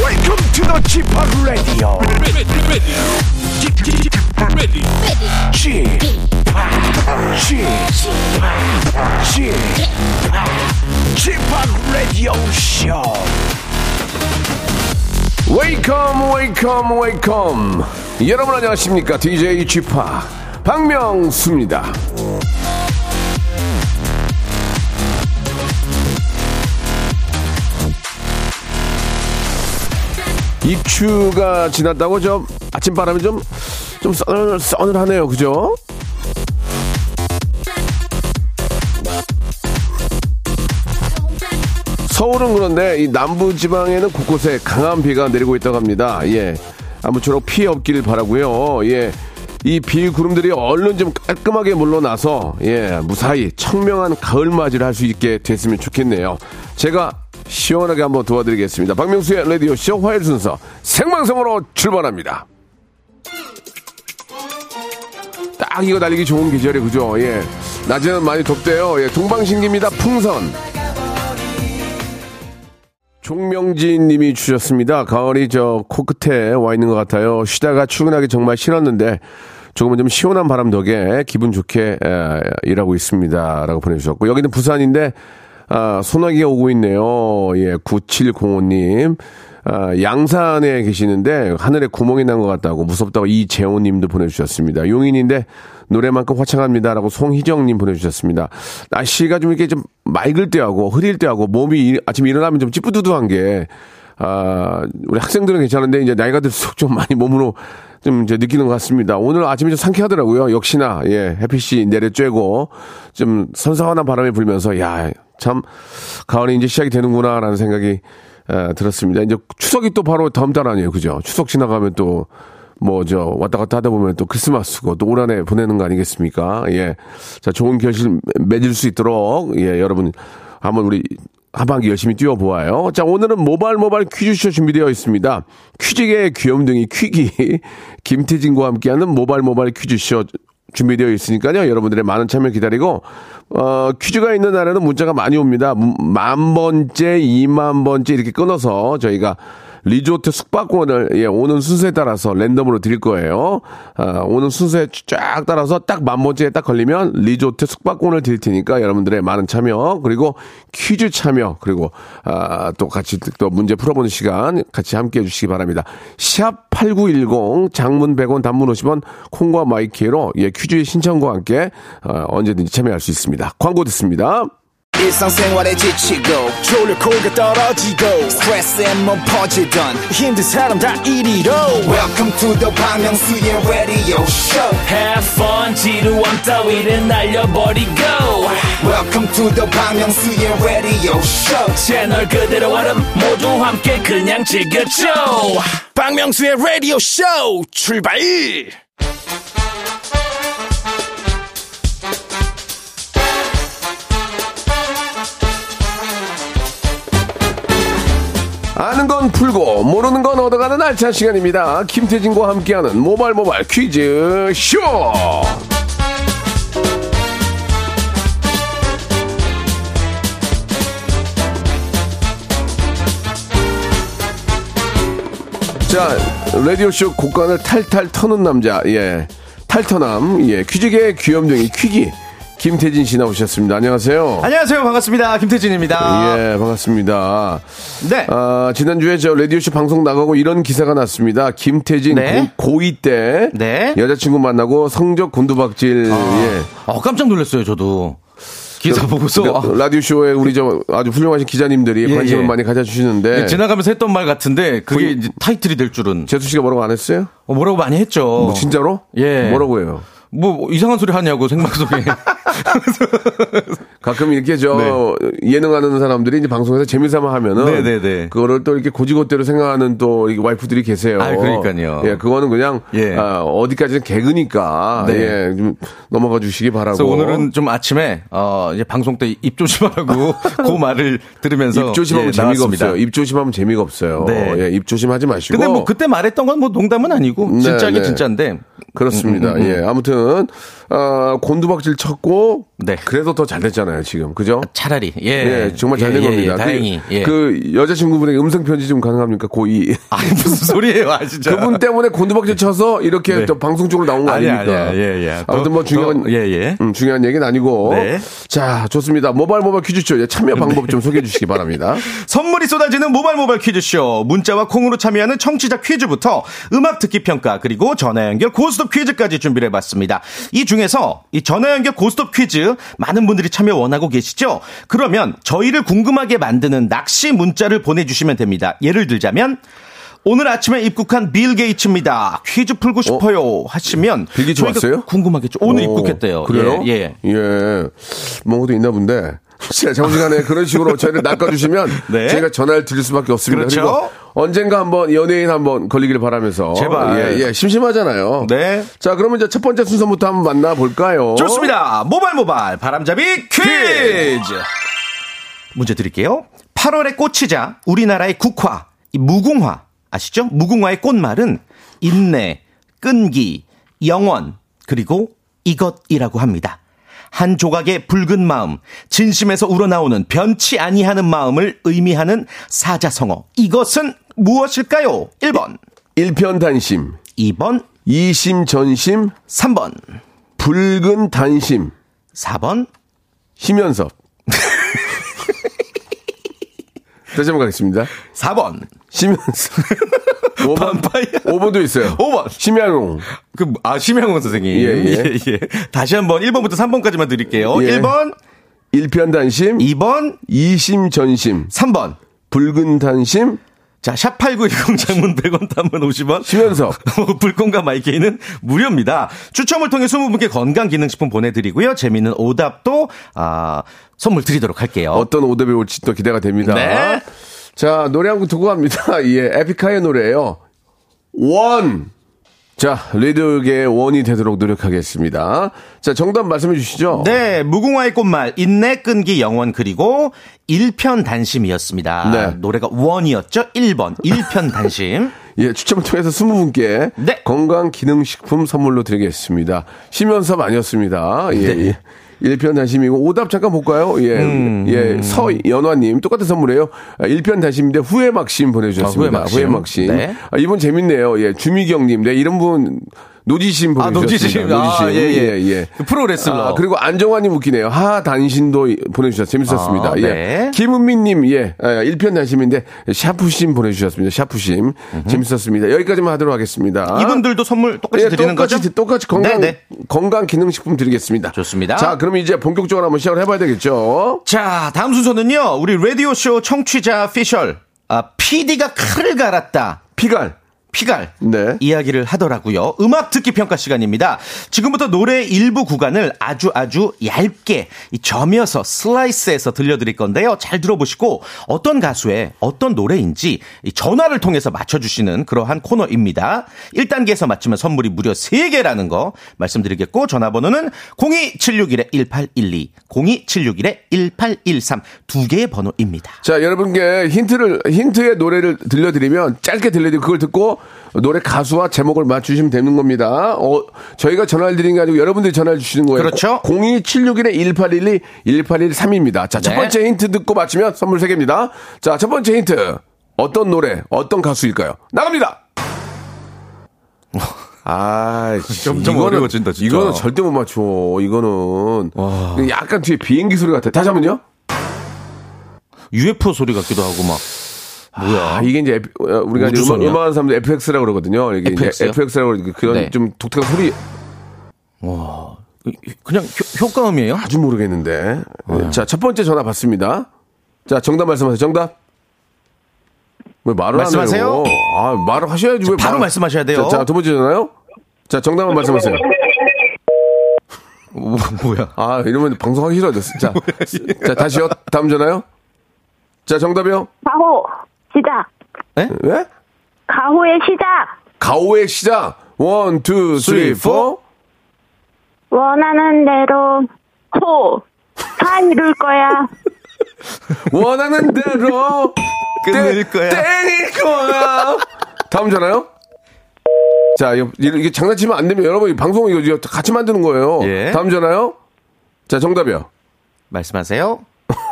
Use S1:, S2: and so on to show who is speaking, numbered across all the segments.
S1: welcome to the Chip Radio.
S2: ready, ready, ready, ready.
S1: Chip, Chip, Chip, Chip Radio Show.
S3: 웨이컴 웨이컴 웨이컴 여러분 안녕하십니까 DJ g 파 박명수입니다 입추가 지났다고 좀 아침바람이 좀 좀 써늘, 써늘하네요 그죠? 서울은 그런데 이 남부 지방에는 곳곳에 강한 비가 내리고 있다고 합니다. 예. 아무쪼록 피해 없길 바라고요. 예. 이 비 구름들이 얼른 좀 깔끔하게 물러나서 예, 무사히 청명한 가을 맞이를 할 수 있게 됐으면 좋겠네요. 제가 시원하게 한번 도와드리겠습니다. 박명수의 라디오 쇼 화요일 순서 생방송으로 출발합니다. 딱 이거 달리기 좋은 계절이 그죠? 예. 낮에는 많이 덥대요. 예. 동방신기입니다. 풍선. 종명진 님이 주셨습니다. 가을이 저 코끝에 와 있는 것 같아요. 쉬다가 출근하기 정말 싫었는데 조금은 좀 시원한 바람 덕에 기분 좋게 에, 일하고 있습니다. 라고 보내주셨고 여기는 부산인데 아, 소나기가 오고 있네요. 예, 9705님. 아, 양산에 계시는데 하늘에 구멍이 난 것 같다고 무섭다고 이재호 님도 보내주셨습니다. 용인인데 노래만큼 화창합니다라고 송희정 님 보내주셨습니다. 날씨가 좀 이렇게 좀 맑을 때하고 흐릴 때하고 몸이 일- 아침에 일어나면 좀 찌뿌두두한 게 아, 우리 학생들은 괜찮은데 이제 나이가 들수록 좀 많이 몸으로 좀 이제 느끼는 것 같습니다. 오늘 아침에 좀 상쾌하더라고요. 역시나 예, 햇빛이 내려쬐고 좀 선선한 바람이 불면서 야 참 가을이 이제 시작이 되는구나라는 생각이 에, 들었습니다. 이제 추석이 또 바로 다음 달 아니에요, 그죠? 추석 지나가면 또 뭐, 저, 왔다 갔다 하다 보면 또 크리스마스고 또 올 한 해 보내는 거 아니겠습니까? 예. 자, 좋은 결실 맺을 수 있도록, 예, 여러분, 한번 우리 하반기 열심히 뛰어보아요. 자, 오늘은 모발 모발 퀴즈쇼 준비되어 있습니다. 퀴즈계의 귀염둥이 퀴기, 김태진과 함께하는 모발 모발 퀴즈쇼 준비되어 있으니까요. 여러분들의 많은 참여 기다리고, 어, 퀴즈가 있는 날에는 문자가 많이 옵니다. 음, 만 번째, 이만 번째 이렇게 끊어서 저희가 리조트 숙박권을 예, 오는 순서에 따라서 랜덤으로 드릴 거예요. 아, 오는 순서에 쫙 따라서 딱 만 번째에 딱 걸리면 리조트 숙박권을 드릴 테니까 여러분들의 많은 참여 그리고 퀴즈 참여 그리고 아, 또 같이 또 문제 풀어보는 시간 같이 함께 해주시기 바랍니다. 샵 8910 장문 100원 단문 50원 콩과 마이키로 예, 퀴즈 신청과 함께 아, 언제든지 참여할 수 있습니다. 광고 듣습니다.
S4: 일상생활에 지치고, 졸려 코가 떨어지고, 스트레스에 몸 퍼지던, 힘든 사람 다 이리로. welcome to the Bang Myung-soo's radio show
S2: Have fun, 지루함 따위를 날려버리고
S4: welcome to the Bang Myung-soo's radio show
S2: 채널 그대로 얼음 모두 함께 그냥 즐겨줘
S1: 박명수의 라디오 쇼 출발.
S3: 아는 건 풀고 모르는 건 얻어가는 알찬 시간입니다. 김태진과 함께하는 모발 모발 퀴즈 쇼. 자 라디오 쇼 곡간을 탈탈 터는 남자 예 탈터남 예 퀴즈계의 귀염둥이 퀴기 김태진 씨 나오셨습니다. 안녕하세요.
S5: 안녕하세요. 반갑습니다. 김태진입니다.
S3: 예, 반갑습니다.
S5: 네.
S3: 아, 지난주에 저 라디오쇼 방송 나가고 이런 기사가 났습니다. 김태진
S5: 네.
S3: 고, 고2 때
S5: 네.
S3: 여자친구 만나고 성적 곤두박질. 예.
S5: 아, 깜짝 놀랐어요, 저도. 어, 기사 보고서.
S3: 그러니까 라디오쇼에 우리 저 아주 훌륭하신 기자님들이
S5: 아. 예,
S3: 관심을
S5: 예.
S3: 많이 가져주시는데.
S5: 아, 지나가면서 했던 말 같은데, 그게
S3: 거의-
S5: 이제 타이틀이 될 줄은.
S3: 제수 씨가 뭐라고 안 했어요?
S5: 어, 뭐라고 많이 했죠.
S3: 뭐 진짜로?
S5: 예.
S3: 뭐라고 해요?
S5: 뭐 이상한 소리 하냐고, 생방송에.
S3: 가끔 이렇게 저 예능하는 사람들이 이제 방송에서 재미삼아 하면은
S5: 네, 네, 네.
S3: 그거를 또 이렇게 고지고대로 생각하는 또 이게 와이프들이 계세요.
S5: 아, 그러니까요.
S3: 예, 그거는 그냥
S5: 예.
S3: 아, 어디까지는 개그니까
S5: 네.
S3: 예, 좀 넘어가 주시기 바라고.
S5: 그래서 오늘은 좀 아침에, 어, 이제 방송 때 입 조심하라고, 그 말을 들으면서.
S3: 입 조심하면
S5: 예,
S3: 재미가
S5: 나왔습니다.
S3: 없어요. 입 조심하면 재미가 없어요.
S5: 네. 그-
S3: 예, 입 조심하지 마시고.
S5: 근데 뭐 그때 말했던 건 뭐 농담은 아니고,
S3: 네, 네.
S5: 진짜긴 진짜인데,
S3: 그렇습니다.
S5: 음,
S3: 예. 아무튼, 아, 곤두박질 쳤고.
S5: 네.
S3: 그래서 더 잘 됐잖아요, 지금. 그죠?
S5: 차라리 예,
S3: 예, 정말 잘 된
S5: 예, 예,
S3: 겁니다.
S5: 예, 다행히
S3: 그,
S5: 예.
S3: 그 여자친구분에게 음성편지 좀 가능합니까? 고이.
S5: 아 무슨 소리예요, 아, 진짜.
S3: 그분 때문에 곤두박질 쳐서 이렇게
S5: 네.
S3: 또 방송 쪽으로 나온 거
S5: 아니,
S3: 아닙니까?
S5: 아니, 예, 예.
S3: 아무튼 뭐
S5: 더,
S3: 중요한
S5: 더, 예, 예.
S3: 음, 중요한 얘기는 아니고
S5: 네.
S3: 자 좋습니다. 모발 모발 퀴즈쇼 예, 참여 방법 좀 소개해 주시기 바랍니다.
S5: 선물이 쏟아지는 모발 모발 퀴즈쇼 문자와 콩으로 참여하는 청취자 퀴즈부터 음악 듣기 평가 그리고 전화 연결 고스톱 퀴즈까지 준비를 해봤습니다 이 중에서 이 전화 연결 고스톱 퀴즈 많은 분들이 참여 원하고 계시죠 그러면 저희를 궁금하게 만드는 낚시 문자를 보내주시면 됩니다 예를 들자면 오늘 아침에 입국한 빌 게이츠입니다. 퀴즈 풀고 싶어요. 하시면
S3: 빌 게이츠
S5: 저희가
S3: 왔어요?
S5: 궁금하겠죠. 오늘
S3: 오,
S5: 입국했대요.
S3: 그래요?
S5: 예, 예.
S3: 예. 뭔가 도 있나 본데. 자, 정시간에 그런 식으로 저희를 낚아주시면
S5: 네.
S3: 저희가 전화를 드릴 수밖에 없습니다.
S5: 그렇죠.
S3: 리고 언젠가 한번 연예인 한번 걸리기를 바라면서
S5: 제발.
S3: 예, 예, 심심하잖아요.
S5: 네.
S3: 자, 그러면 이제 첫 번째 순서부터 한번 만나볼까요?
S5: 좋습니다. 모발 모발 바람잡이 어? 퀴즈. 문제 드릴게요. 8월의 꽃이자 우리나라의 국화, 이 무궁화 아시죠? 무궁화의 꽃말은 인내, 끈기, 영원 그리고 이것이라고 합니다. 한 조각의 붉은 마음, 진심에서 우러나오는 변치 아니하는 마음을 의미하는 사자성어. 이것은 무엇일까요? 1번,
S3: 일편단심,
S5: 2번,
S3: 이심전심,
S5: 3번,
S3: 붉은 단심,
S5: 4번,
S3: 심연섭. 다시 한번 가겠습니다.
S5: 4번.
S3: 심연섭. 5번,
S5: 반파이어.
S3: 5번도 있어요.
S5: 5번.
S3: 심양용.
S5: 그, 아, 심양원 선생님.
S3: 예, 예.
S5: 예, 예. 다시 한 번, 1번부터 3번까지만 드릴게요.
S3: 예.
S5: 1번,
S3: 일편단심,
S5: 2번,
S3: 이심전심,
S5: 3번.
S3: 붉은 단심,
S5: 자, 샵8910 장문 100원 단문 50원.
S3: 심연섭.
S5: 불공과 마이케이는 무료입니다. 추첨을 통해 20분께 건강기능식품 보내드리고요. 재미있는 오답도, 아, 선물 드리도록 할게요.
S3: 어떤 오답이 올지 또 기대가 됩니다.
S5: 네.
S3: 자, 노래 한 곡 듣고 갑니다. 예, 에픽하의 노래예요 원! 자, 레디오계의 원이 되도록 노력하겠습니다. 자, 정답 말씀해 주시죠.
S5: 네, 무궁화의 꽃말, 인내, 끈기, 영원, 그리고 일편단심이었습니다.
S3: 네.
S5: 노래가 원이었죠? 1번, 일편단심.
S3: 예, 추첨을 통해서 20분께
S5: 네.
S3: 건강기능식품 선물로 드리겠습니다. 심연섭 아니었습니다. 예.
S5: 네.
S3: 예. 일편 단심이고 오답 잠깐 볼까요? 예,
S5: 음.
S3: 예, 서연화님 똑같은 선물이에요. 아, 일편 단심인데 후회 막심 보내주셨습니다.
S5: 아, 후회 막심. 네.
S3: 아, 이분 재밌네요. 예, 주미경님, 네 이런 분 노지심
S5: 아,
S3: 보내주셨습니다.
S5: 노지심. 아, 예, 예. 그 프로레슬러.
S3: 아, 그리고 안정환님 웃기네요. 하 단신도 보내주셨 재밌었습니다.
S5: 아,
S3: 예.
S5: 네.
S3: 김은미님, 예, 일편 단심인데, 샤프심 보내주셨습니다. 샤프심. 재밌었습니다. 여기까지만 하도록 하겠습니다.
S5: 이분들도 선물 똑같이
S3: 아. 예,
S5: 드리는
S3: 똑같이,
S5: 거죠?
S3: 똑같이 건강,
S5: 네, 네.
S3: 건강 기능식품 드리겠습니다.
S5: 좋습니다.
S3: 자, 그럼 이제 본격적으로 한번 시작을 해봐야 되겠죠.
S5: 자, 다음 순서는요. 우리 라디오쇼 청취자 피셜. 아, PD가 칼을 갈았다.
S3: 피갈.
S5: 피갈.
S3: 네.
S5: 이야기를 하더라고요. 음악 듣기 평가 시간입니다. 지금부터 노래 일부 구간을 아주 아주 얇게 이 점여서 슬라이스해서 들려드릴 건데요. 잘 들어보시고 어떤 가수의 어떤 노래인지 이 전화를 통해서 맞춰주시는 그러한 코너입니다. 1단계에서 맞추면 선물이 무려 3개라는 거 말씀드리겠고 전화번호는 02761-1812, 02761-1813 두 개의 번호입니다.
S3: 자, 여러분께 힌트를, 힌트의 노래를 들려드리면, 짧게 들려드리고, 그걸 듣고, 노래 가수와 제목을 맞추시면 되는 겁니다. 어, 저희가 전화를 드린 게 아니고, 여러분들이 전화를 주시는 거예요.
S5: 그렇죠.
S3: 02761-1812, 1813입니다. 자, 첫
S5: 네.
S3: 번째 힌트 듣고 맞추면 선물 3개입니다. 자, 첫 번째 힌트. 어떤 노래, 어떤 가수일까요? 나갑니다! 아,
S5: 점점 어려워진다, 진짜.
S3: 이거는 절대 못 맞춰. 이거는 약간 뒤에 비행기 소리 같아. 다시 한번요.
S5: UFO 소리 같기도 하고 막
S3: 아, 이게 이제 에피- 어, 우리가 이제 음악,
S5: 우주선이야?
S3: 음악하는 사람들 FX라고 그러거든요. 이게
S5: FX 요?
S3: FX라고 그런
S5: 네.
S3: 좀 독특한 소리
S5: 그냥 효, 과음이에요
S3: 아주 모르겠는데. 어,
S5: 네.
S3: 자, 첫 번째 전화 받습니다. 자, 정답 말씀하세요. 정답. 왜 말을
S5: 말씀하세요?
S3: 안 해요? 아, 말을 하셔야지. 왜
S5: 바로
S3: 말을-
S5: 말씀하셔야 돼요.
S3: 자, 자, 두 번째 전화요? 자, 정답만 말씀하세요.
S5: 뭐야?
S3: 아, 이러면 방송하기 싫어졌어. 자, 자, 다시요. 다음 전화요? 자, 정답이요?
S6: 4호 시작
S3: 예?
S6: 가호의 시작
S3: 가오의 시작. 원, 투, 쓰리, 포.
S6: 원하는 대로 호 다 이룰 거야
S3: 원하는 대로
S5: 끊을
S3: 때-
S5: 거야.
S3: 때릴 거야. 다음 전화요? 자, 여- 이게 장난치면 안 되면 여러분 이 방송 이거 이거 같이 만드는 거예요.
S5: 예.
S3: 다음 전화요? 자, 정답이요.
S5: 말씀하세요.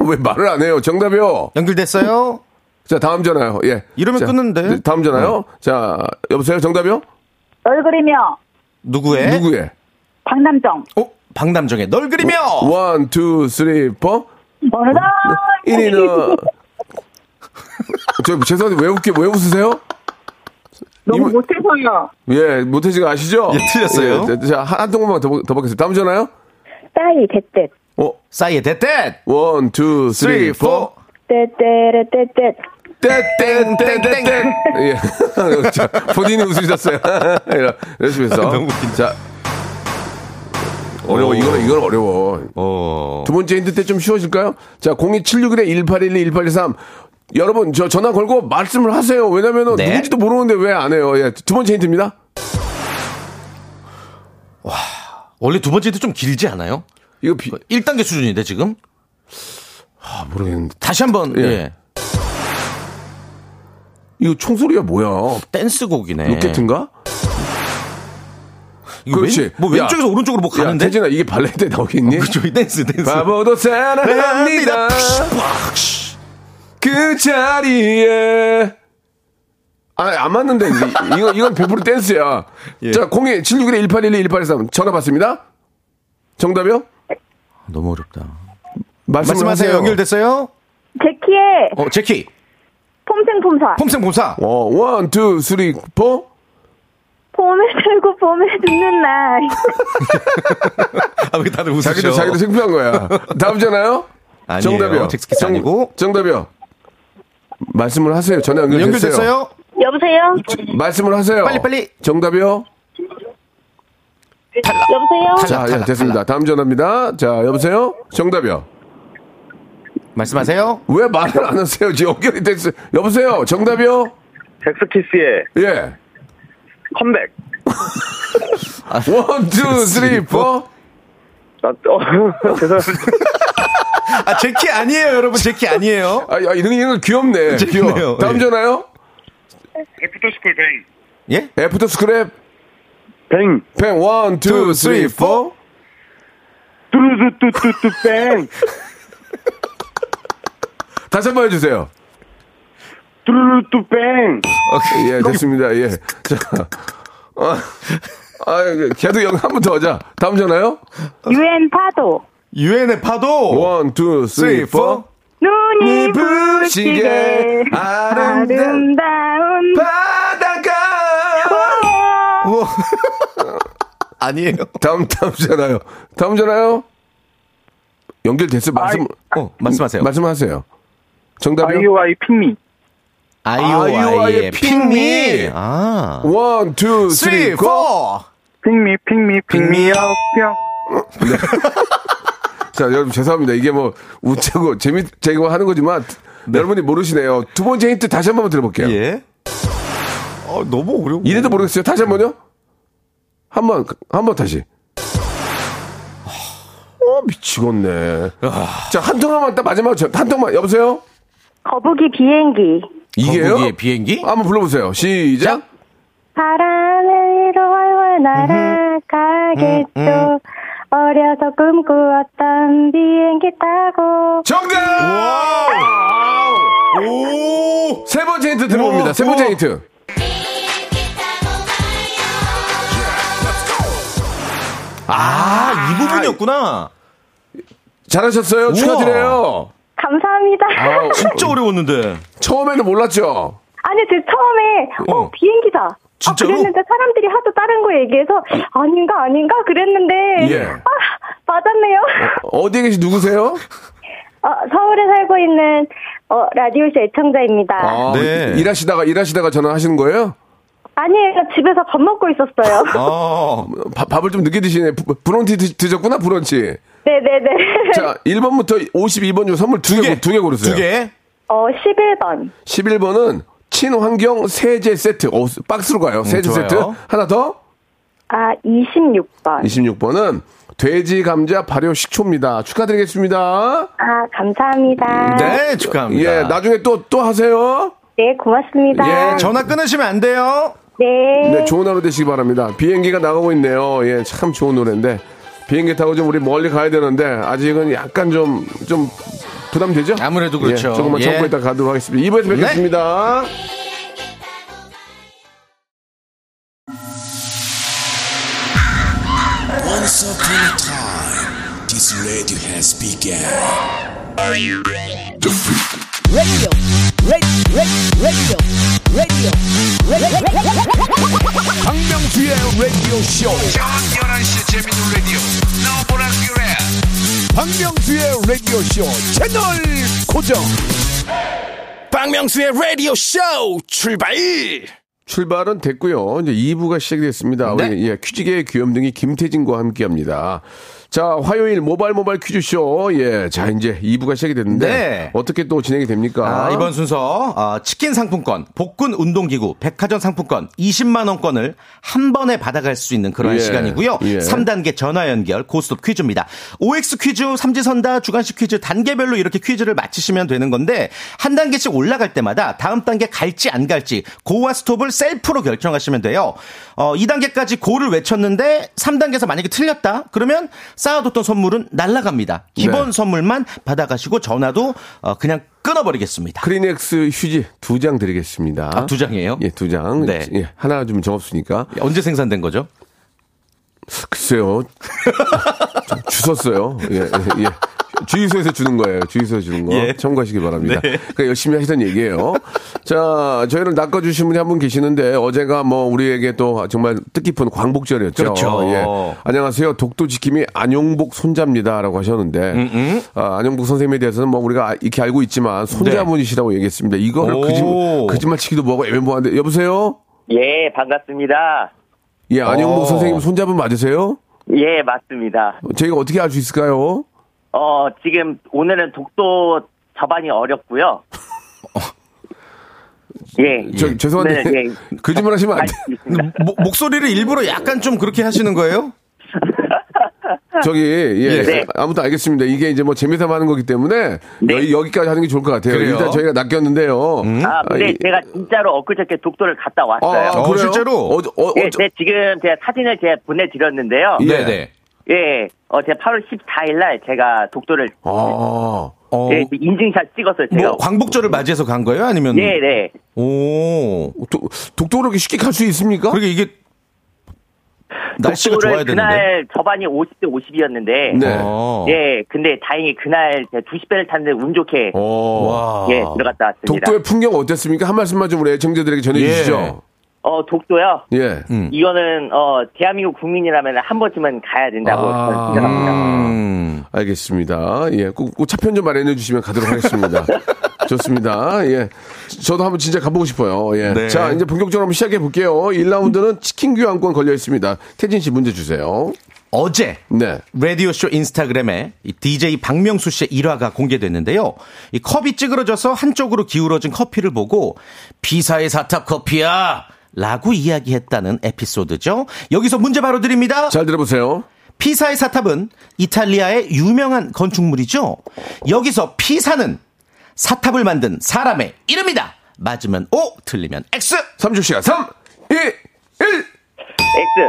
S3: 왜 말을 안 해요? 정답이요.
S5: 연결됐어요?
S3: 자, 다음 전화요. 예.
S5: 이러면
S3: 자,
S5: 끊는데. 어.
S3: 네, 다음 전화요. 자, 여보세요. 정답이요?
S6: 널 그리며
S5: 누구의?
S3: 누구의?
S6: 박남정
S5: 어? 방남정의 널 그리며
S3: 원, 투, 쓰리, 포.
S6: 어느 날
S3: 1위는 저 죄송한데 왜 웃게 왜 웃으세요?
S6: 너무
S3: 이분-
S6: 못해서요.
S3: 예, 모태지가 아시죠?
S5: 예, 틀렸어요.
S3: 예, 자, 한, 한 통만 더, 받- 더 받겠습니다. 다음 전화요?
S6: 싸이 대뜻
S3: 어,
S5: 싸이의 대댓
S3: 원, 투, 쓰리, 포.
S6: 떼떼레 떼뜻
S3: 땡땡땡땡. 예. 자, 본인이 웃으셨어요. 이런- 열심히 해서.
S5: 너무 웃긴다.
S3: 자. 어려워. 이건, 이건 어려워.
S5: 어.
S3: 두 번째 힌트 때 좀 쉬워질까요? 자, 02761에 1812, 1823. 여러분, 저 전화 걸고 말씀을 하세요. 왜냐면은
S5: 네.
S3: 누군지도 모르는데 왜 안 해요? 예, 두 번째 힌트입니다.
S5: 원래 두 번째도 좀 길지 않아요?
S3: 이거 비,
S5: 1단계 수준인데 지금?
S3: 아, 모르겠는데.
S5: 다시 한번
S3: 예.
S5: 예.
S3: 이거 총소리가 뭐야?
S5: 댄스곡이네.
S3: 로켓인가?
S5: 이거 왼-
S3: 그렇지.
S5: 뭐
S3: 야.
S5: 왼쪽에서 오른쪽으로 뭐
S3: 야,
S5: 가는데?
S3: 태진아, 이게 발레 때 나오겠니?
S5: 그쵸, 이 댄스 댄스.
S3: 바보도 어, 사랑합니다. 그 자리에. 아, 안 맞는데. 이- 이건, 이건 100% 댄스야.
S5: 예.
S3: 자, 02 761 1812 1823. 전화 받습니다. 정답이요?
S5: 너무 어렵다.
S3: 말씀을
S5: 말씀하세요.
S3: 하세요.
S5: 연결됐어요?
S6: 제키의
S5: 어, 제키.
S6: 폼생폼사
S5: 폼생 폼사.
S3: 어, 원, 투, 쓰리, 포.
S6: 봄에 살고 봄에 죽는 날
S5: 아, 왜 다들 웃으셔?
S3: 자기도, 자기도 생피한 거야. 다음 전화요?
S5: 아니에요.
S3: 정답이요.
S5: 잭스키스 아니고.
S3: 정답이요. 말씀을 하세요. 전화 연결됐어요.
S5: 연결됐어요?
S6: 여보세요
S3: 말씀을 하세요.
S5: 빨리, 빨리.
S3: 정답이요.
S6: 여보세요
S3: 자,
S5: 탈락,
S3: 예, 됐습니다. 다음 전화입니다. 자, 여보세요? 정답이요.
S5: 말씀하세요.
S3: 왜 말을 안 하세요? 지금 연결이 됐어요. 여보세요? 정답이요?
S7: 잭스키스의
S3: 예.
S7: 컴백.
S3: 원, 투, 쓰리, 포.
S7: 나, 어, 죄송합니다.
S5: 아, 제키 아니에요, 여러분. 제키 아니에요.
S3: 아, 야, 이런, 이런 거 귀엽네.
S5: 재밌네요.
S3: 귀여워. 다음
S5: 예.
S3: 전화요?
S7: 애프터스쿨 뱅.
S5: 예?
S3: 애프터 스크랩.
S7: 뱅.
S3: 펜, 원, 투, 쓰리, 포.
S7: 뚜루뚜뚜뚜뚜 뱅.
S3: 다시 한 번 해주세요.
S7: 뚜루뚜 뱅.
S3: 예, 됐습니다. 예. 자. 아, 아, 계속 영 한 번 더 하자. 다음 전화요?
S6: 유엔 파도
S5: 유엔의 파도.
S3: 원, 투, 쓰리,
S5: 쓰리, 포.
S3: 포.
S6: 눈이
S3: 이 부시게
S6: 부시게
S3: 아름다운
S6: 아름다운
S3: 바다가.
S5: 우와. 아니에요.
S3: 다음, 다음 전화요. 다음 전화요? 연결됐어요. 말씀,
S5: 어, 말씀하세요.
S3: 말씀하세요. 정답이요?
S7: 아이오아이 핑미.
S5: 아이오아이의
S3: 아이오아이의 핑미.
S5: 예, 핑미. 아.
S3: 원, 투, 쓰리,
S5: 쓰리,
S3: 포.
S5: 포.
S7: 핑미, 핑미, 핑미요. 뿅.
S3: 자, 여러분 죄송합니다. 이게 뭐 웃자고 재밌자고 뭐 하는 거지만 여러분이 모르시네요. 두 번째 힌트 다시 한 번 들어볼게요.
S5: 예. 어, 너무 어려워.
S3: 이래도 모르겠어요. 다시 한 번요? 한 번, 한 번 다시. 어, 미치겠네.
S5: 아.
S3: 자, 한 통만 딱 마지막으로, 저- 한 통만, 여보세요?
S6: 거북이 비행기
S3: 이게요? 아,
S5: 거북이의 비행기?
S3: 한번 불러보세요. 시작.
S6: 바람을 잃어 활활 날아가겠죠 어려서 꿈꾸었던 비행기 타고
S3: 정답!
S5: 오!
S3: 세 번째 힌트 들어봅니다. 세 번째
S5: 우와.
S3: 힌트.
S5: 아, 이 부분이었구나.
S3: 잘하셨어요. 축하드려요.
S6: 감사합니다.
S3: 아,
S5: 진짜 어려웠는데.
S3: 처음에는 몰랐죠?
S6: 아니, 제 처음에, 어,
S5: 어.
S6: 비행기다.
S5: 진짜로?
S6: 아, 그랬는데 사람들이 하도 다른 거 얘기해서 아닌가 아닌가 그랬는데
S3: 예.
S6: 아 맞았네요.
S3: 어디에 계신 누구세요?
S6: 어, 서울에 살고 있는 어, 라디오쇼 애청자입니다.
S3: 아,
S5: 네.
S3: 일하시다가, 일하시다가 전화하시는 거예요?
S6: 아니에요 집에서 밥 먹고 있었어요.
S5: 아.
S3: 밥- 밥을 좀 늦게 드시네. 부- 브런치 드- 드셨구나, 브런치.
S6: 네네네.
S3: 자, 1번부터 52번 중 선물 두 개, 두 개 고르세요.
S5: 두 개.
S6: 어 11번
S3: 11번은 친환경 세제 세트. 어, 박스로 가요. 세제
S5: 음, 좋아요.
S3: 세트. 하나 더.
S6: 아 26번
S3: 26번은 돼지 감자 발효 식초입니다. 축하드리겠습니다.
S6: 아 감사합니다.
S5: 네, 축하합니다.
S3: 예, 나중에 또, 또 하세요.
S6: 네, 고맙습니다.
S3: 예,
S5: 전화 끊으시면 안 돼요.
S6: 네.
S8: 네, 좋은 하루 되시기 바랍니다. 비행기가 나가고 있네요. 예, 참 좋은 노래인데. 비행기 타고 좀 우리 멀리 가야 되는데, 아직은 약간 좀, 좀 부담되죠?
S5: 아무래도 그렇죠.
S8: 예, 조금만 참고
S5: 예.
S8: 있다 가도록 하겠습니다. 2부에서 뵙겠습니다.
S3: 네.
S2: Once upon a time, this radio has begun.
S3: 박명수의 라디오 쇼. 박명수의 라디오 쇼 채널 고정.
S2: 박명수의 radio show 출발!
S8: 출발은 됐고요. 이제 2부가 시작이 됐습니다.
S5: 네.
S8: 우리 예, 퀴즈계의 귀염둥이 김태진과 함께합니다. 자, 화요일 모발 모발 퀴즈쇼. 예, 자 이제 2부가 시작이 됐는데
S5: 네.
S8: 어떻게 또 진행이 됩니까?
S5: 아, 이번 순서 아, 치킨 상품권, 복근 운동기구, 백화점 상품권 20만 원권을 한 번에 받아갈 수 있는 그런
S8: 예,
S5: 시간이고요.
S8: 예.
S5: 3단계 전화 연결 고스톱 퀴즈입니다. OX 퀴즈, 삼지선다, 주간식 퀴즈 단계별로 이렇게 퀴즈를 맞히시면 되는 건데 한 단계씩 올라갈 때마다 다음 단계 갈지 안 갈지 고와 스톱을 셀프로 결정하시면 돼요. 어, 2단계까지 고를 외쳤는데 3단계에서 만약에 틀렸다 그러면 쌓아뒀던 선물은 날라갑니다. 기본
S8: 네.
S5: 선물만 받아가시고 전화도 어, 그냥 끊어버리겠습니다.
S8: 크리넥스 휴지 두 장 드리겠습니다.
S5: 아, 두 장이에요?
S8: 예, 두 장.
S5: 네.
S8: 예, 하나 좀 정없으니까.
S5: 언제 생산된 거죠?
S8: 글쎄요. 좀 주셨어요. 예, 예, 예. 주유소에서 주는 거예요. 주유소에서 주는 거.
S5: 예.
S8: 참고하시기 바랍니다.
S5: 네.
S8: 그러니까 열심히 하시던 얘기예요. 자, 저희를 낚아주신 분이 한 분 계시는데 어제가 뭐 우리에게 또 정말 뜻깊은 광복절이었죠.
S5: 그렇죠.
S8: 예. 안녕하세요. 독도 지킴이 안용복 손자입니다라고 하셨는데
S5: 음,
S8: 아, 안용복 선생님에 대해서는 뭐 우리가 이렇게 알고 있지만 손자분이시라고 얘기했습니다. 이거를
S5: 네. 오.
S8: 거짓말, 거짓말치기도 뭐고 애매모호한데 여보세요?
S9: 예, 반갑습니다.
S8: 예, 안용복
S5: 어.
S8: 선생님 손자분 맞으세요?
S9: 예, 맞습니다.
S8: 저희가 어떻게 알 수 있을까요?
S9: 어, 지금 오늘은 독도 접안이 어렵고요. 예.
S8: 저, 죄송한데
S9: 네, 네.
S8: 거짓말 하시면 안
S9: 알
S8: 돼.
S9: 수 있습니다.
S5: 모- 목소리를 일부러 약간 좀 그렇게 하시는 거예요?
S8: 저기 예,
S5: 예.
S9: 네.
S8: 아무튼 알겠습니다. 이게 이제 뭐 재미삼아 하는 거기 때문에
S9: 네.
S8: 여기, 여기까지 하는 게 좋을 것 같아요.
S5: 그래요? 음.
S8: 일단 저희가 낚였는데요.
S9: 아, 근데
S8: 이-
S9: 제가 진짜로 엊그저께 독도를 갔다
S8: 아,
S5: 어,
S9: 왔어요.
S8: 그래요?
S5: 실제로?
S8: 예? 어, 어, 어,
S9: 예,
S8: 저-
S9: 네, 지금 제가 사진을 제가 보내드렸는데요.
S8: 예.
S9: 예, 어, 제가 8월 14일 날 제가 독도를
S8: 아,
S5: 어,
S9: 예, 인증샷 찍었어요, 제가.
S5: 뭐 광복절을 맞이해서 간 거예요? 아니면
S9: 네, 네.
S5: 오.
S8: 독, 독도로 이렇게 쉽게 갈 수 있습니까?
S5: 그러게 이게 날씨가 좋아야
S9: 독도를
S5: 되는데.
S9: 그날 접안이 50대 50이었는데.
S8: 네.
S5: 어.
S9: 예, 근데 다행히 그날 제가 20배를 탔는데 운 좋게
S8: 어.
S5: 와.
S9: 예, 들어갔다 왔습니다.
S8: 독도의 풍경 어땠습니까? 한 말씀만 좀 우리 애청자들에게 전해주시죠.
S9: 어, 독도요?
S8: 예.
S5: 음.
S9: 이거는, 어, 대한민국 국민이라면 한 번쯤은 가야 된다고
S8: 아,
S9: 저는 생각합니다.
S5: 음.
S8: 알겠습니다. 예, 꼭, 꼭 차편 좀 마련해 주시면 가도록 하겠습니다. 좋습니다. 예. 저도 한번 진짜 가보고 싶어요. 예.
S5: 네.
S8: 자, 이제 본격적으로 한번 시작해 볼게요. 1라운드는 치킨 교환권 걸려 있습니다. 태진 씨 문제 주세요.
S5: 어제
S8: 네.
S5: 라디오쇼 인스타그램에 이 DJ 박명수 씨의 일화가 공개됐는데요. 이 컵이 찌그러져서 한쪽으로 기울어진 커피를 보고 비사의 사탑 커피야! 라고 이야기했다는 에피소드죠. 여기서 문제 바로 드립니다.
S8: 잘 들어보세요.
S5: 피사의 사탑은 이탈리아의 유명한 건축물이죠. 여기서 피사는 사탑을 만든 사람의 이름이다. 맞으면 O, 틀리면 X.
S8: 3주 시간 3, 2, 1.
S9: X.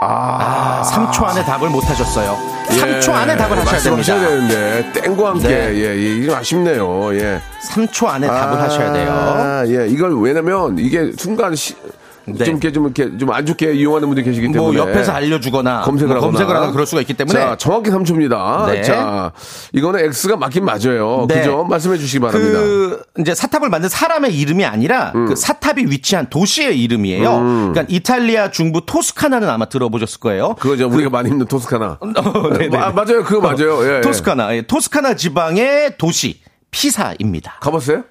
S5: 아, 3초 안에 답을 못 하셨어요. 3초 안에 답을 하셔야 됩니다.
S8: 예, 말씀하셔야 되는데, 땡과 함께.
S5: 네.
S8: 예, 예, 이좀 아쉽네요. 예.
S5: 3초 안에 답을 하셔야 돼요. 뭐
S8: 아, 예. 이걸 왜냐면 이게 순간 시,
S5: 네.
S8: 좀 이렇게 좀 이렇게 좀 안 좋게 이용하는 분들이 계시기 때문에.
S5: 뭐 옆에서 알려주거나
S8: 검색을
S5: 뭐
S8: 하거나
S5: 검색을 하거나 그럴 수가 있기 때문에
S8: 자, 정확히 3초입니다.
S5: 네.
S8: 자, 이거는 X가 맞긴 맞아요.
S5: 네.
S8: 그죠? 말씀해 주시기 바랍니다. 음.
S5: 그 이제 사탑을 만든 사람의 이름이 아니라 그 사탑이 위치한 도시의 이름이에요. 그러니까 이탈리아 중부 토스카나는 아마 들어보셨을 거예요.
S8: 그거죠. 우리가 많이 입는 토스카나.
S5: 어, 네, 네.
S8: 아, 맞아요. 그거 맞아요. 예, 예.
S5: 토스카나, 예, 토스카나 지방의 도시 피사입니다.
S8: 가봤어요?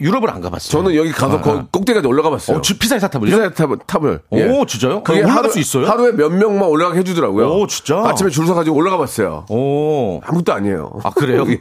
S5: 유럽을 안 가봤어요.
S8: 저는 여기 가서 거- 꼭대기까지 올라가 봤어요.
S5: 아, 어, 지- 피사의 사탑을요?
S8: 피사의 탑을. 탑을. 예.
S5: 오, 진짜요?
S8: 그게
S5: 올라갈
S8: 하루-
S5: 수 있어요?
S8: 하루에 몇 명만 올라가게 해주더라고요.
S5: 오, 진짜?
S8: 아침에 줄 서가지고 올라가 봤어요.
S5: 오,
S8: 아무것도 아니에요.
S5: 아, 그래요?
S8: 예.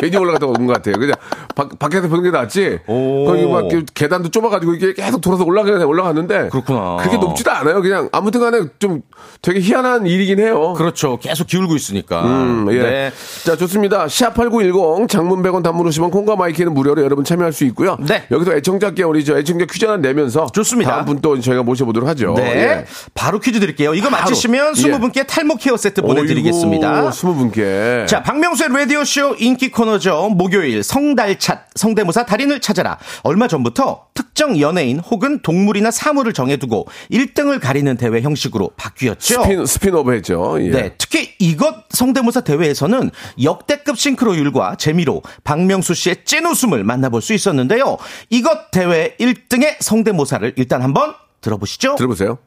S8: 괜히 올라갔다 온 것 같아요. 그냥 밖, 밖에서 보는 게 낫지.
S5: 오.
S8: 거기 막 이렇게 계단도 좁아가지고 이게 계속 돌아서 올라가야 올라갔는데.
S5: 그렇구나.
S8: 그게 높지도 않아요. 그냥 아무튼 간에 좀 되게 희한한 일이긴 해요.
S5: 그렇죠. 계속 기울고 있으니까.
S8: 음, 예.
S5: 네.
S8: 자, 좋습니다. 샵8910 장문 100원 단문 오시면 콩과 마이키는 무료로 여러분 참여할 수 있고요.
S5: 네.
S8: 여기서 애청자께 우리 저 애청자 퀴즈 하나 내면서
S5: 좋습니다.
S8: 다음 분 또 저희가 모셔보도록 하죠.
S5: 네. 바로 퀴즈 드릴게요. 이거 맞히시면
S8: 예.
S5: 20분께 탈모 케어 세트 보내드리겠습니다.
S8: 스무 분께.
S5: 자, 박명수의 라디오쇼 인기 코너죠. 목요일 성달찻, 성대모사 달인을 찾아라. 얼마 전부터 특정 연예인 혹은 동물이나 사물을 정해두고 1등을 가리는 대회 형식으로 바뀌었죠.
S8: 스핀 스핀오브 했죠. 예.
S5: 네, 특히 이것 성대모사 대회에서는 역대급 싱크로율과 재미로 박명수 씨의 찐 웃음을 만나볼 수 있었는데요. 이것 대회 1등의 성대모사를 일단 한번 들어보시죠.
S8: 들어보세요.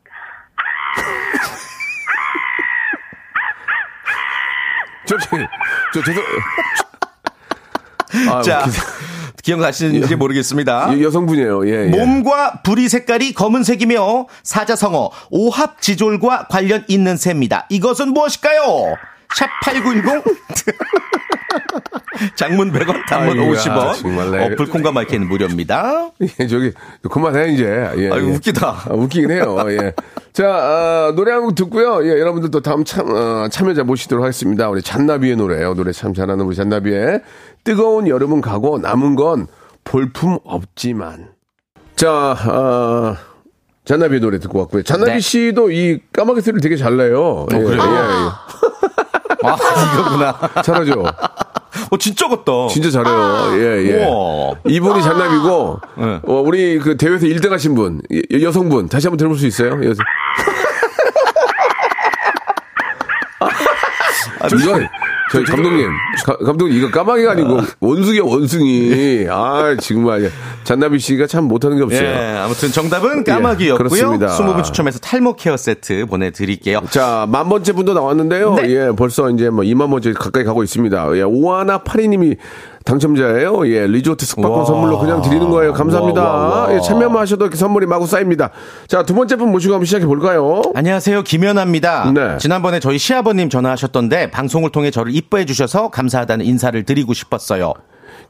S8: 저, 저, 저, 죄송. 아,
S5: 자,
S8: 기사-
S5: 기억나시는지 모르겠습니다.
S8: 여- 여성분이에요. 예, 예.
S5: 몸과 부리 색깔이 검은색이며 사자성어 오합지졸과 관련 있는 새입니다. 이것은 무엇일까요? 샵8910 장문 100원, 단문
S8: 아이고야,
S5: 50원.
S8: 정말.
S5: 어플 콩과 마이크는 무료입니다.
S8: 예, 저기 그만해 이제. 예,
S5: 아유
S8: 예.
S5: 웃기다.
S8: 아, 웃기긴 해요. 예. 자 아, 노래 한 곡 듣고요. 예, 여러분들 또 다음 참 어, 참여자 모시도록 하겠습니다. 우리 잔나비의 노래요. 노래 참 잘하는 우리 잔나비의 뜨거운 여름은 가고 남은 건 볼품 없지만. 자 아, 잔나비 의 노래 듣고 왔고요. 잔나비
S5: 네. 어,
S8: 씨도 이 까마귀 소리를 되게 잘 내요. 예,
S5: 그래요?
S8: 예,
S5: 아 이거구나.
S8: 예. 잘하죠.
S5: 어 진짜 같다.
S8: 진짜 잘해요. 예, 예.
S5: 우와.
S8: 이분이 잔남이고,
S5: 네.
S8: 어, 우리 그 대회에서 1등 하신 분, 여, 성분 다시 한번 들어볼 수 있어요? 여성. 아, 이건, 저희 감독님, 가- 감독님, 이거 까마귀가 아니고, 원숭이야, 원숭이. 아, 정말. 잔나비 씨가 참 못하는 게 없어요.
S5: 예, 아무튼 정답은 까마귀였고요.
S8: 그렇습니다.
S5: 20분 추첨해서 탈모 케어 세트 보내드릴게요.
S8: 자, 만 번째 분도 나왔는데요.
S5: 네.
S8: 예, 벌써 이제 뭐 2만 번째 가까이 가고 있습니다. 예, 오하나 파리님이 당첨자예요. 예, 리조트 숙박권
S5: 와.
S8: 선물로 그냥 드리는 거예요. 감사합니다.
S5: 와, 와, 와.
S8: 예, 참여만 하셔도 이렇게 선물이 마구 쌓입니다. 자, 두 번째 분 모시고 한번 시작해 볼까요?
S5: 안녕하세요. 김연아입니다.
S8: 네.
S5: 지난번에 저희 시아버님 전화하셨던데 방송을 통해 저를 이뻐해 주셔서 감사하다는 인사를 드리고 싶었어요.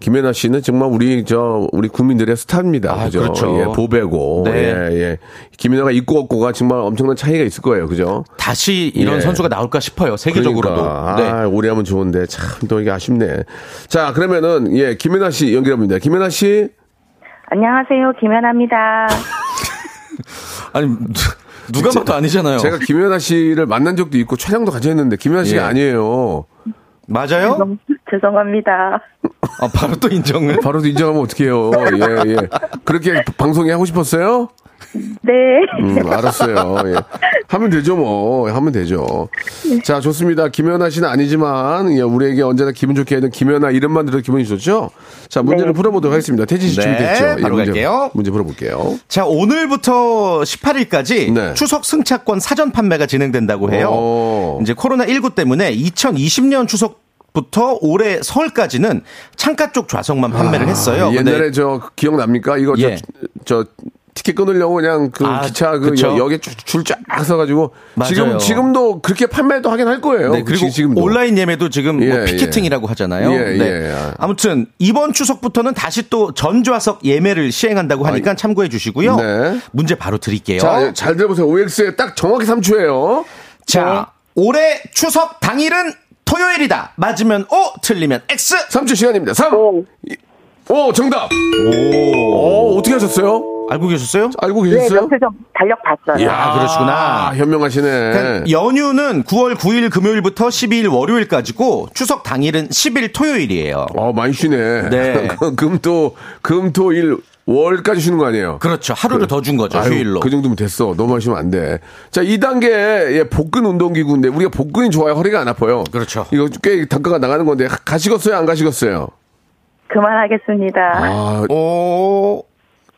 S8: 김연아 씨는 정말 우리 저 우리 국민들의 스타입니다.
S5: 아,
S8: 그죠?
S5: 그렇죠.
S8: 예, 보배고.
S5: 네.
S8: 예, 예. 김연아가 있고 없고가 정말 엄청난 차이가 있을 거예요. 그죠?
S5: 다시 이런
S8: 예.
S5: 선수가 나올까 싶어요. 세계적으로도.
S8: 그러니까.
S5: 네.
S8: 아, 오래 하면 좋은데 참 또 이게 아쉽네. 자, 그러면은 예, 김연아 씨 연결해 봅니다. 김연아 씨
S10: 안녕하세요, 김연아입니다.
S5: 아니 누가 봐도 아니잖아요.
S8: 제가 김연아 씨를 만난 적도 있고 촬영도 같이 했는데 김연아 씨가
S5: 예.
S8: 아니에요.
S5: 맞아요?
S10: 죄송합니다.
S5: 아, 바로 또 인정을.
S8: 바로 인정하면 어떡해요. 예, 예. 그렇게 방송에 하고 싶었어요?
S10: 네.
S8: 음, 알았어요. 예. 하면 되죠, 뭐. 하면 되죠. 자, 좋습니다. 김연아 씨는 아니지만, 예, 우리에게 언제나 기분 좋게 하는 김연아 이름만 들어도 기분이 좋죠? 자, 문제를 풀어보도록 하겠습니다. 태진 씨
S5: 네,
S8: 준비됐죠? 예,
S5: 바로
S8: 문제,
S5: 갈게요.
S8: 문제 풀어볼게요.
S5: 자, 오늘부터 18일까지
S8: 네.
S5: 추석 승차권 사전 판매가 진행된다고 해요.
S8: 오.
S5: 이제 코로나19 때문에 2020년 추석 부터 올해 설까지는 창가 쪽 좌석만 판매를 했어요.
S8: 아,
S5: 근데
S8: 옛날에 저 기억납니까? 이거
S5: 예.
S8: 저, 저 티켓 끊으려고 그냥 그
S5: 아,
S8: 기차 그
S5: 그쵸.
S8: 역- 역에 줄쫙 서가지고
S5: 맞아요.
S8: 지금 지금도 그렇게 판매도 하긴 할 거예요.
S5: 네, 그리고
S8: 어, 지- 지금도.
S5: 온라인 예매도 지금 뭐
S8: 예,
S5: 피켓팅이라고 하잖아요.
S8: 예,
S5: 네.
S8: 예.
S5: 아무튼 이번 추석부터는 다시 또 전좌석 예매를 시행한다고 하니까 참고해 주시고요.
S8: 네.
S5: 문제 바로 드릴게요.
S8: 자, 예, 잘 들어보세요. OX에 딱 정확히 3초예요.
S5: 자, 올해 추석 당일은 토요일이다. 맞으면 O, 틀리면 X.
S8: 3초 시간입니다. 3. 오, 정답. 오. 어떻게 하셨어요?
S5: 알고 계셨어요?
S8: 알고 계셨어요?
S10: 좀 달력 봤어요.
S5: 아, 그러시구나.
S8: 아, 현명하시네.
S5: 그러니까 연휴는 9월 9일 금요일부터 12일 월요일까지고 추석 당일은 10일 토요일이에요.
S8: 어, 많이 쉬네.
S5: 네.
S8: 금, 토, 금, 토, 일, 월까지 쉬는 거 아니에요?
S5: 그렇죠. 하루를 더 준 거죠.
S8: 아유,
S5: 휴일로.
S8: 그 정도면 됐어. 너무 하시면 안 돼. 자, 2단계 예, 복근 운동기구인데 우리가 복근이 좋아야 허리가 안 아파요.
S5: 그렇죠.
S8: 이거 꽤 단가가 나가는 건데 가- 가시겠어요? 안 가시겠어요?
S10: 그만하겠습니다.
S8: 아,
S5: 오. 네.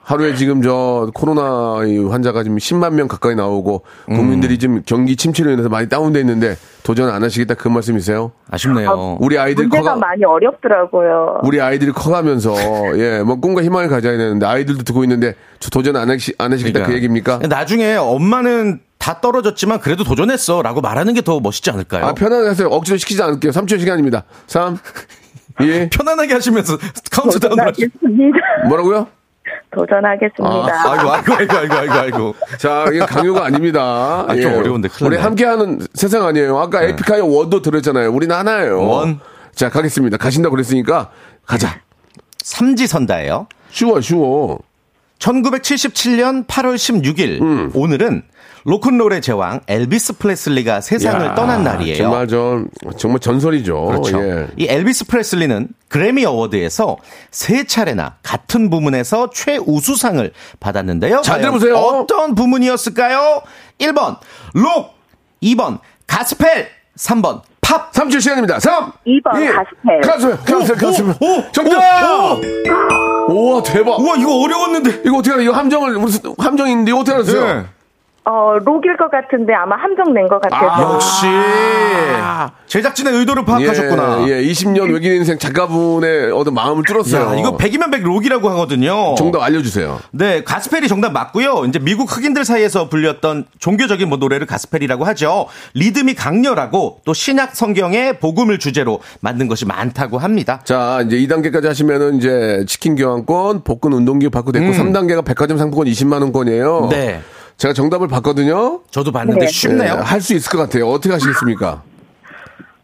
S8: 하루에 지금 저 코로나 이 환자가 지금 10만 명 가까이 나오고
S5: 음.
S8: 국민들이 지금 경기 침체로 인해서 많이 다운돼 있는데 도전 안 하시겠다 그 말씀이세요?
S5: 아쉽네요.
S8: 우리 아이들
S10: 문제가
S8: 커가
S10: 많이 어렵더라고요.
S8: 우리 아이들이 커가면서 예, 뭐 꿈과 희망을 가져야 되는데 아이들도 듣고 있는데 저 도전 안, 하시, 안
S5: 그러니까
S8: 하시겠다 그 얘기입니까?
S5: 네. 나중에 엄마는 다 떨어졌지만 그래도 도전했어 라고 말하는 게 더 멋있지 않을까요?
S8: 아, 편안하게 하세요. 억지로 시키지 않을게요. 3초 시간입니다. 3, 2,
S5: 편안하게 하시면서
S10: 아,
S5: 카운트다운을 하시
S10: 도전하겠습니다.
S8: 뭐라고요?
S10: 도전하겠습니다.
S5: 아이고, 아이고, 아이고, 아이고, 아이고, 아이고.
S8: 자, 이게 강요가 아닙니다. 예.
S5: 아, 좀 어려운데, 큰일 났네.
S8: 우리
S5: 네.
S8: 함께하는 세상 아니에요. 아까 에픽하이어 원도 들었잖아요. 우리는 하나예요.
S5: 원.
S8: 자, 가겠습니다. 가신다고 그랬으니까 가자.
S5: 삼지선다예요.
S3: 쉬워, 쉬워.
S5: 1977년 8월 16일 오늘은 로큰롤의 제왕 엘비스 프레슬리가 세상을
S3: 야,
S5: 떠난 날이에요.
S3: 정말 전, 정말 전설이죠.
S5: 그렇죠.
S3: 예.
S5: 이 엘비스 프레슬리는 그래미 어워드에서 세 차례나 같은 부문에서 최우수상을 받았는데요.
S3: 잘
S5: 과연
S3: 들어보세요.
S5: 어떤 부문이었을까요? 1번 록, 2번 가스펠, 3번 팝.
S3: 3초 시간입니다. 3!
S6: 이번 가스펠.
S3: 예. 가스펠, 가스펠, 가스펠.
S5: 오,
S3: 정답! 우와, 대박.
S5: 우와 이거 어려웠는데.
S3: 이거 어떻게 알아? 이거 함정을, 우리 스- 함정인데, 이거 어떻게
S5: 네.
S3: 알았어요?
S5: 예.
S6: 어, 록일 것 같은데 아마 함정 낸 것 같아서.
S5: 역시 제작진의 의도를 파악하셨구나.
S3: 아. 예, 예, 20년 외길 인생 작가분의 어떤 마음을 뚫었어요.
S5: 야, 이거 100이면 100 록이라고 하거든요.
S3: 정답 알려주세요.
S5: 네, 가스펠이 정답 맞고요. 이제 미국 흑인들 사이에서 불렸던 종교적인 뭐 노래를 가스펠이라고 하죠. 리듬이 강렬하고 또 신약 성경의 복음을 주제로 만든 것이 많다고 합니다.
S3: 자, 이제 2단계까지 하시면은 이제 치킨 교환권, 복근 운동기 받고 됐고, 3단계가 백화점 상품권 20만원권이에요.
S5: 음. 네.
S3: 제가 정답을 봤거든요. 예,
S5: 저도 봤는데 쉽네요.
S3: 할 수 있을 것 같아요. 어떻게 하시겠습니까?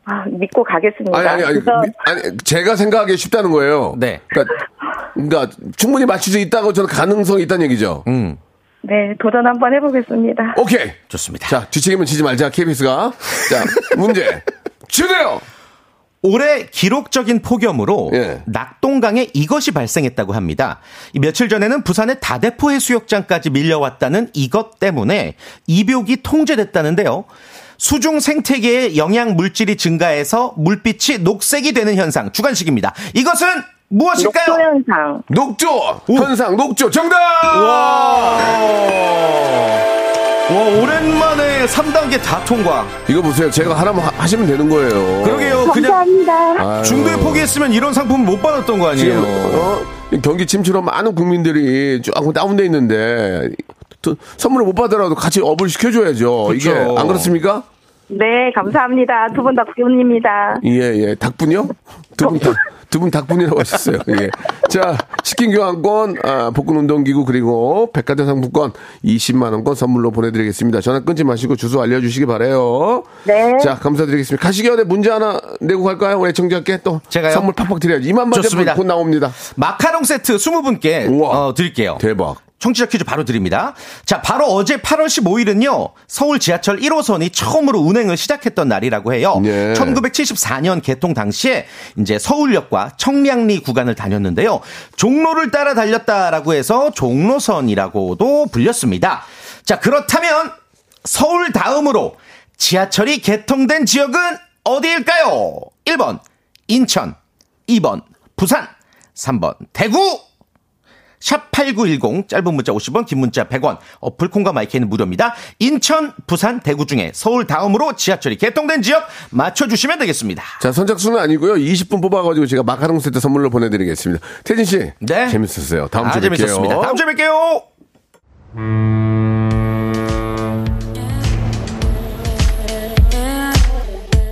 S6: 아, 믿고 가겠습니다.
S3: 아니, 아니, 아니,
S6: 그래서
S3: 미- 아니, 제가 생각하기에 쉽다는 거예요.
S5: 네.
S3: 그러니까, 그러니까 충분히 맞출 수 있다고 저는 가능성이 있다는 얘기죠.
S5: 음,
S6: 네, 도전 한번
S8: 어,
S6: 해보겠습니다.
S3: 오케이.
S5: 좋습니다.
S3: 자, 뒤책임은 지지 말자, KBS가. 자, 문제. 주세요!
S5: 올해 기록적인 폭염으로
S3: 예.
S5: 낙동강에 이것이 발생했다고 합니다. 이 며칠 전에는 부산의 다대포 해수욕장까지 밀려왔다는 이것 때문에 입욕이 통제됐다는데요. 수중 생태계의 영양 물질이 증가해서 물빛이 녹색이 되는 현상 주관식입니다. 이것은 무엇일까요?
S6: 녹조현상.
S3: 녹조! 현상, 녹조, 정답!
S5: 와 오랜만에 3단계 다 통과.
S3: 이거 보세요. 제가 하라면 하- 하시면 되는 거예요.
S5: 그러게요. 그냥
S6: 어, 감사합니다.
S3: 아유.
S5: 중도에 포기했으면 이런 상품 못 받았던 거
S3: 지금,
S5: 아니에요?
S3: 어? 경기 침체로 많은 국민들이 조금 다운돼 있는데, 또 선물을 못 받더라도 같이 업을 시켜줘야죠. 이게,
S5: 그렇죠.
S3: 안 그렇습니까?
S6: 네, 감사합니다. 두 분 다 구원입니다.
S3: 예, 예. 닭분이요? 두 분 닭, 두분 닭분이라고 하셨어요. 예. 자, 치킨 교환권, 아, 복근 운동기구, 그리고 백화점 상품권 20만원권 선물로 보내드리겠습니다. 전화 끊지 마시고 주소 알려주시기 바라요.
S6: 네.
S3: 자, 감사드리겠습니다. 가시기 전에 문제 하나 내고 갈까요? 우리 청자께 또.
S5: 제가요?
S3: 선물 팍팍 드려야지. 2만
S5: 좋습니다.
S3: 번째 곧 나옵니다.
S5: 마카롱 세트 20분께 어,
S3: 우와.
S5: 드릴게요.
S3: 대박.
S5: 청취자 퀴즈 바로 드립니다. 자, 바로 어제 8월 15일은요, 서울 지하철 1호선이 처음으로 운행을 시작했던 날이라고 해요.
S3: 예.
S5: 1974년 개통 당시에 이제 서울역과 청량리 구간을 다녔는데요. 종로를 따라 달렸다라고 해서 종로선이라고도 불렸습니다. 자, 그렇다면 서울 다음으로 지하철이 개통된 지역은 어디일까요? 1번, 인천. 2번, 부산. 3번, 대구. 샵 8910 짧은 문자 50원 긴 문자 100원 어플 콩과 마이크는 무료입니다. 인천, 부산, 대구 중에 서울 다음으로 지하철이 개통된 지역 맞춰주시면 되겠습니다.
S3: 자, 선착순은 아니고요. 20분 뽑아가지고 제가 마카롱 세트 선물로 보내드리겠습니다. 태진 씨.
S5: 네.
S3: 재밌었어요. 다음 주에
S5: 아,
S3: 뵐게요.
S5: 재밌었습니다. 다음 주에 뵐게요.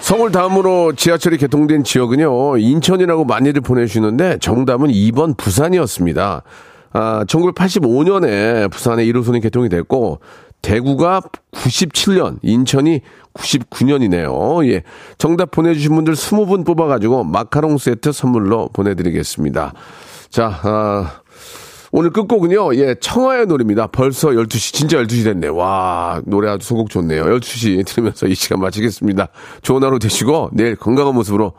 S3: 서울 다음으로 지하철이 개통된 지역은요, 인천이라고 많이들 보내주시는데, 정답은 2번 부산이었습니다. 아, 1985년에 부산의 1호선이 개통이 됐고, 대구가 97년, 인천이 99년이네요. 예. 정답 보내주신 분들 20분 뽑아가지고 마카롱 세트 선물로 보내드리겠습니다. 자, 아, 오늘 끝곡은요, 예, 청하의 노래입니다. 벌써 12시, 진짜 12시 됐네. 와, 노래 아주 선곡 좋네요. 12시 들으면서 이 시간 마치겠습니다. 좋은 하루 되시고, 내일 건강한 모습으로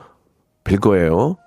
S3: 뵐 거예요.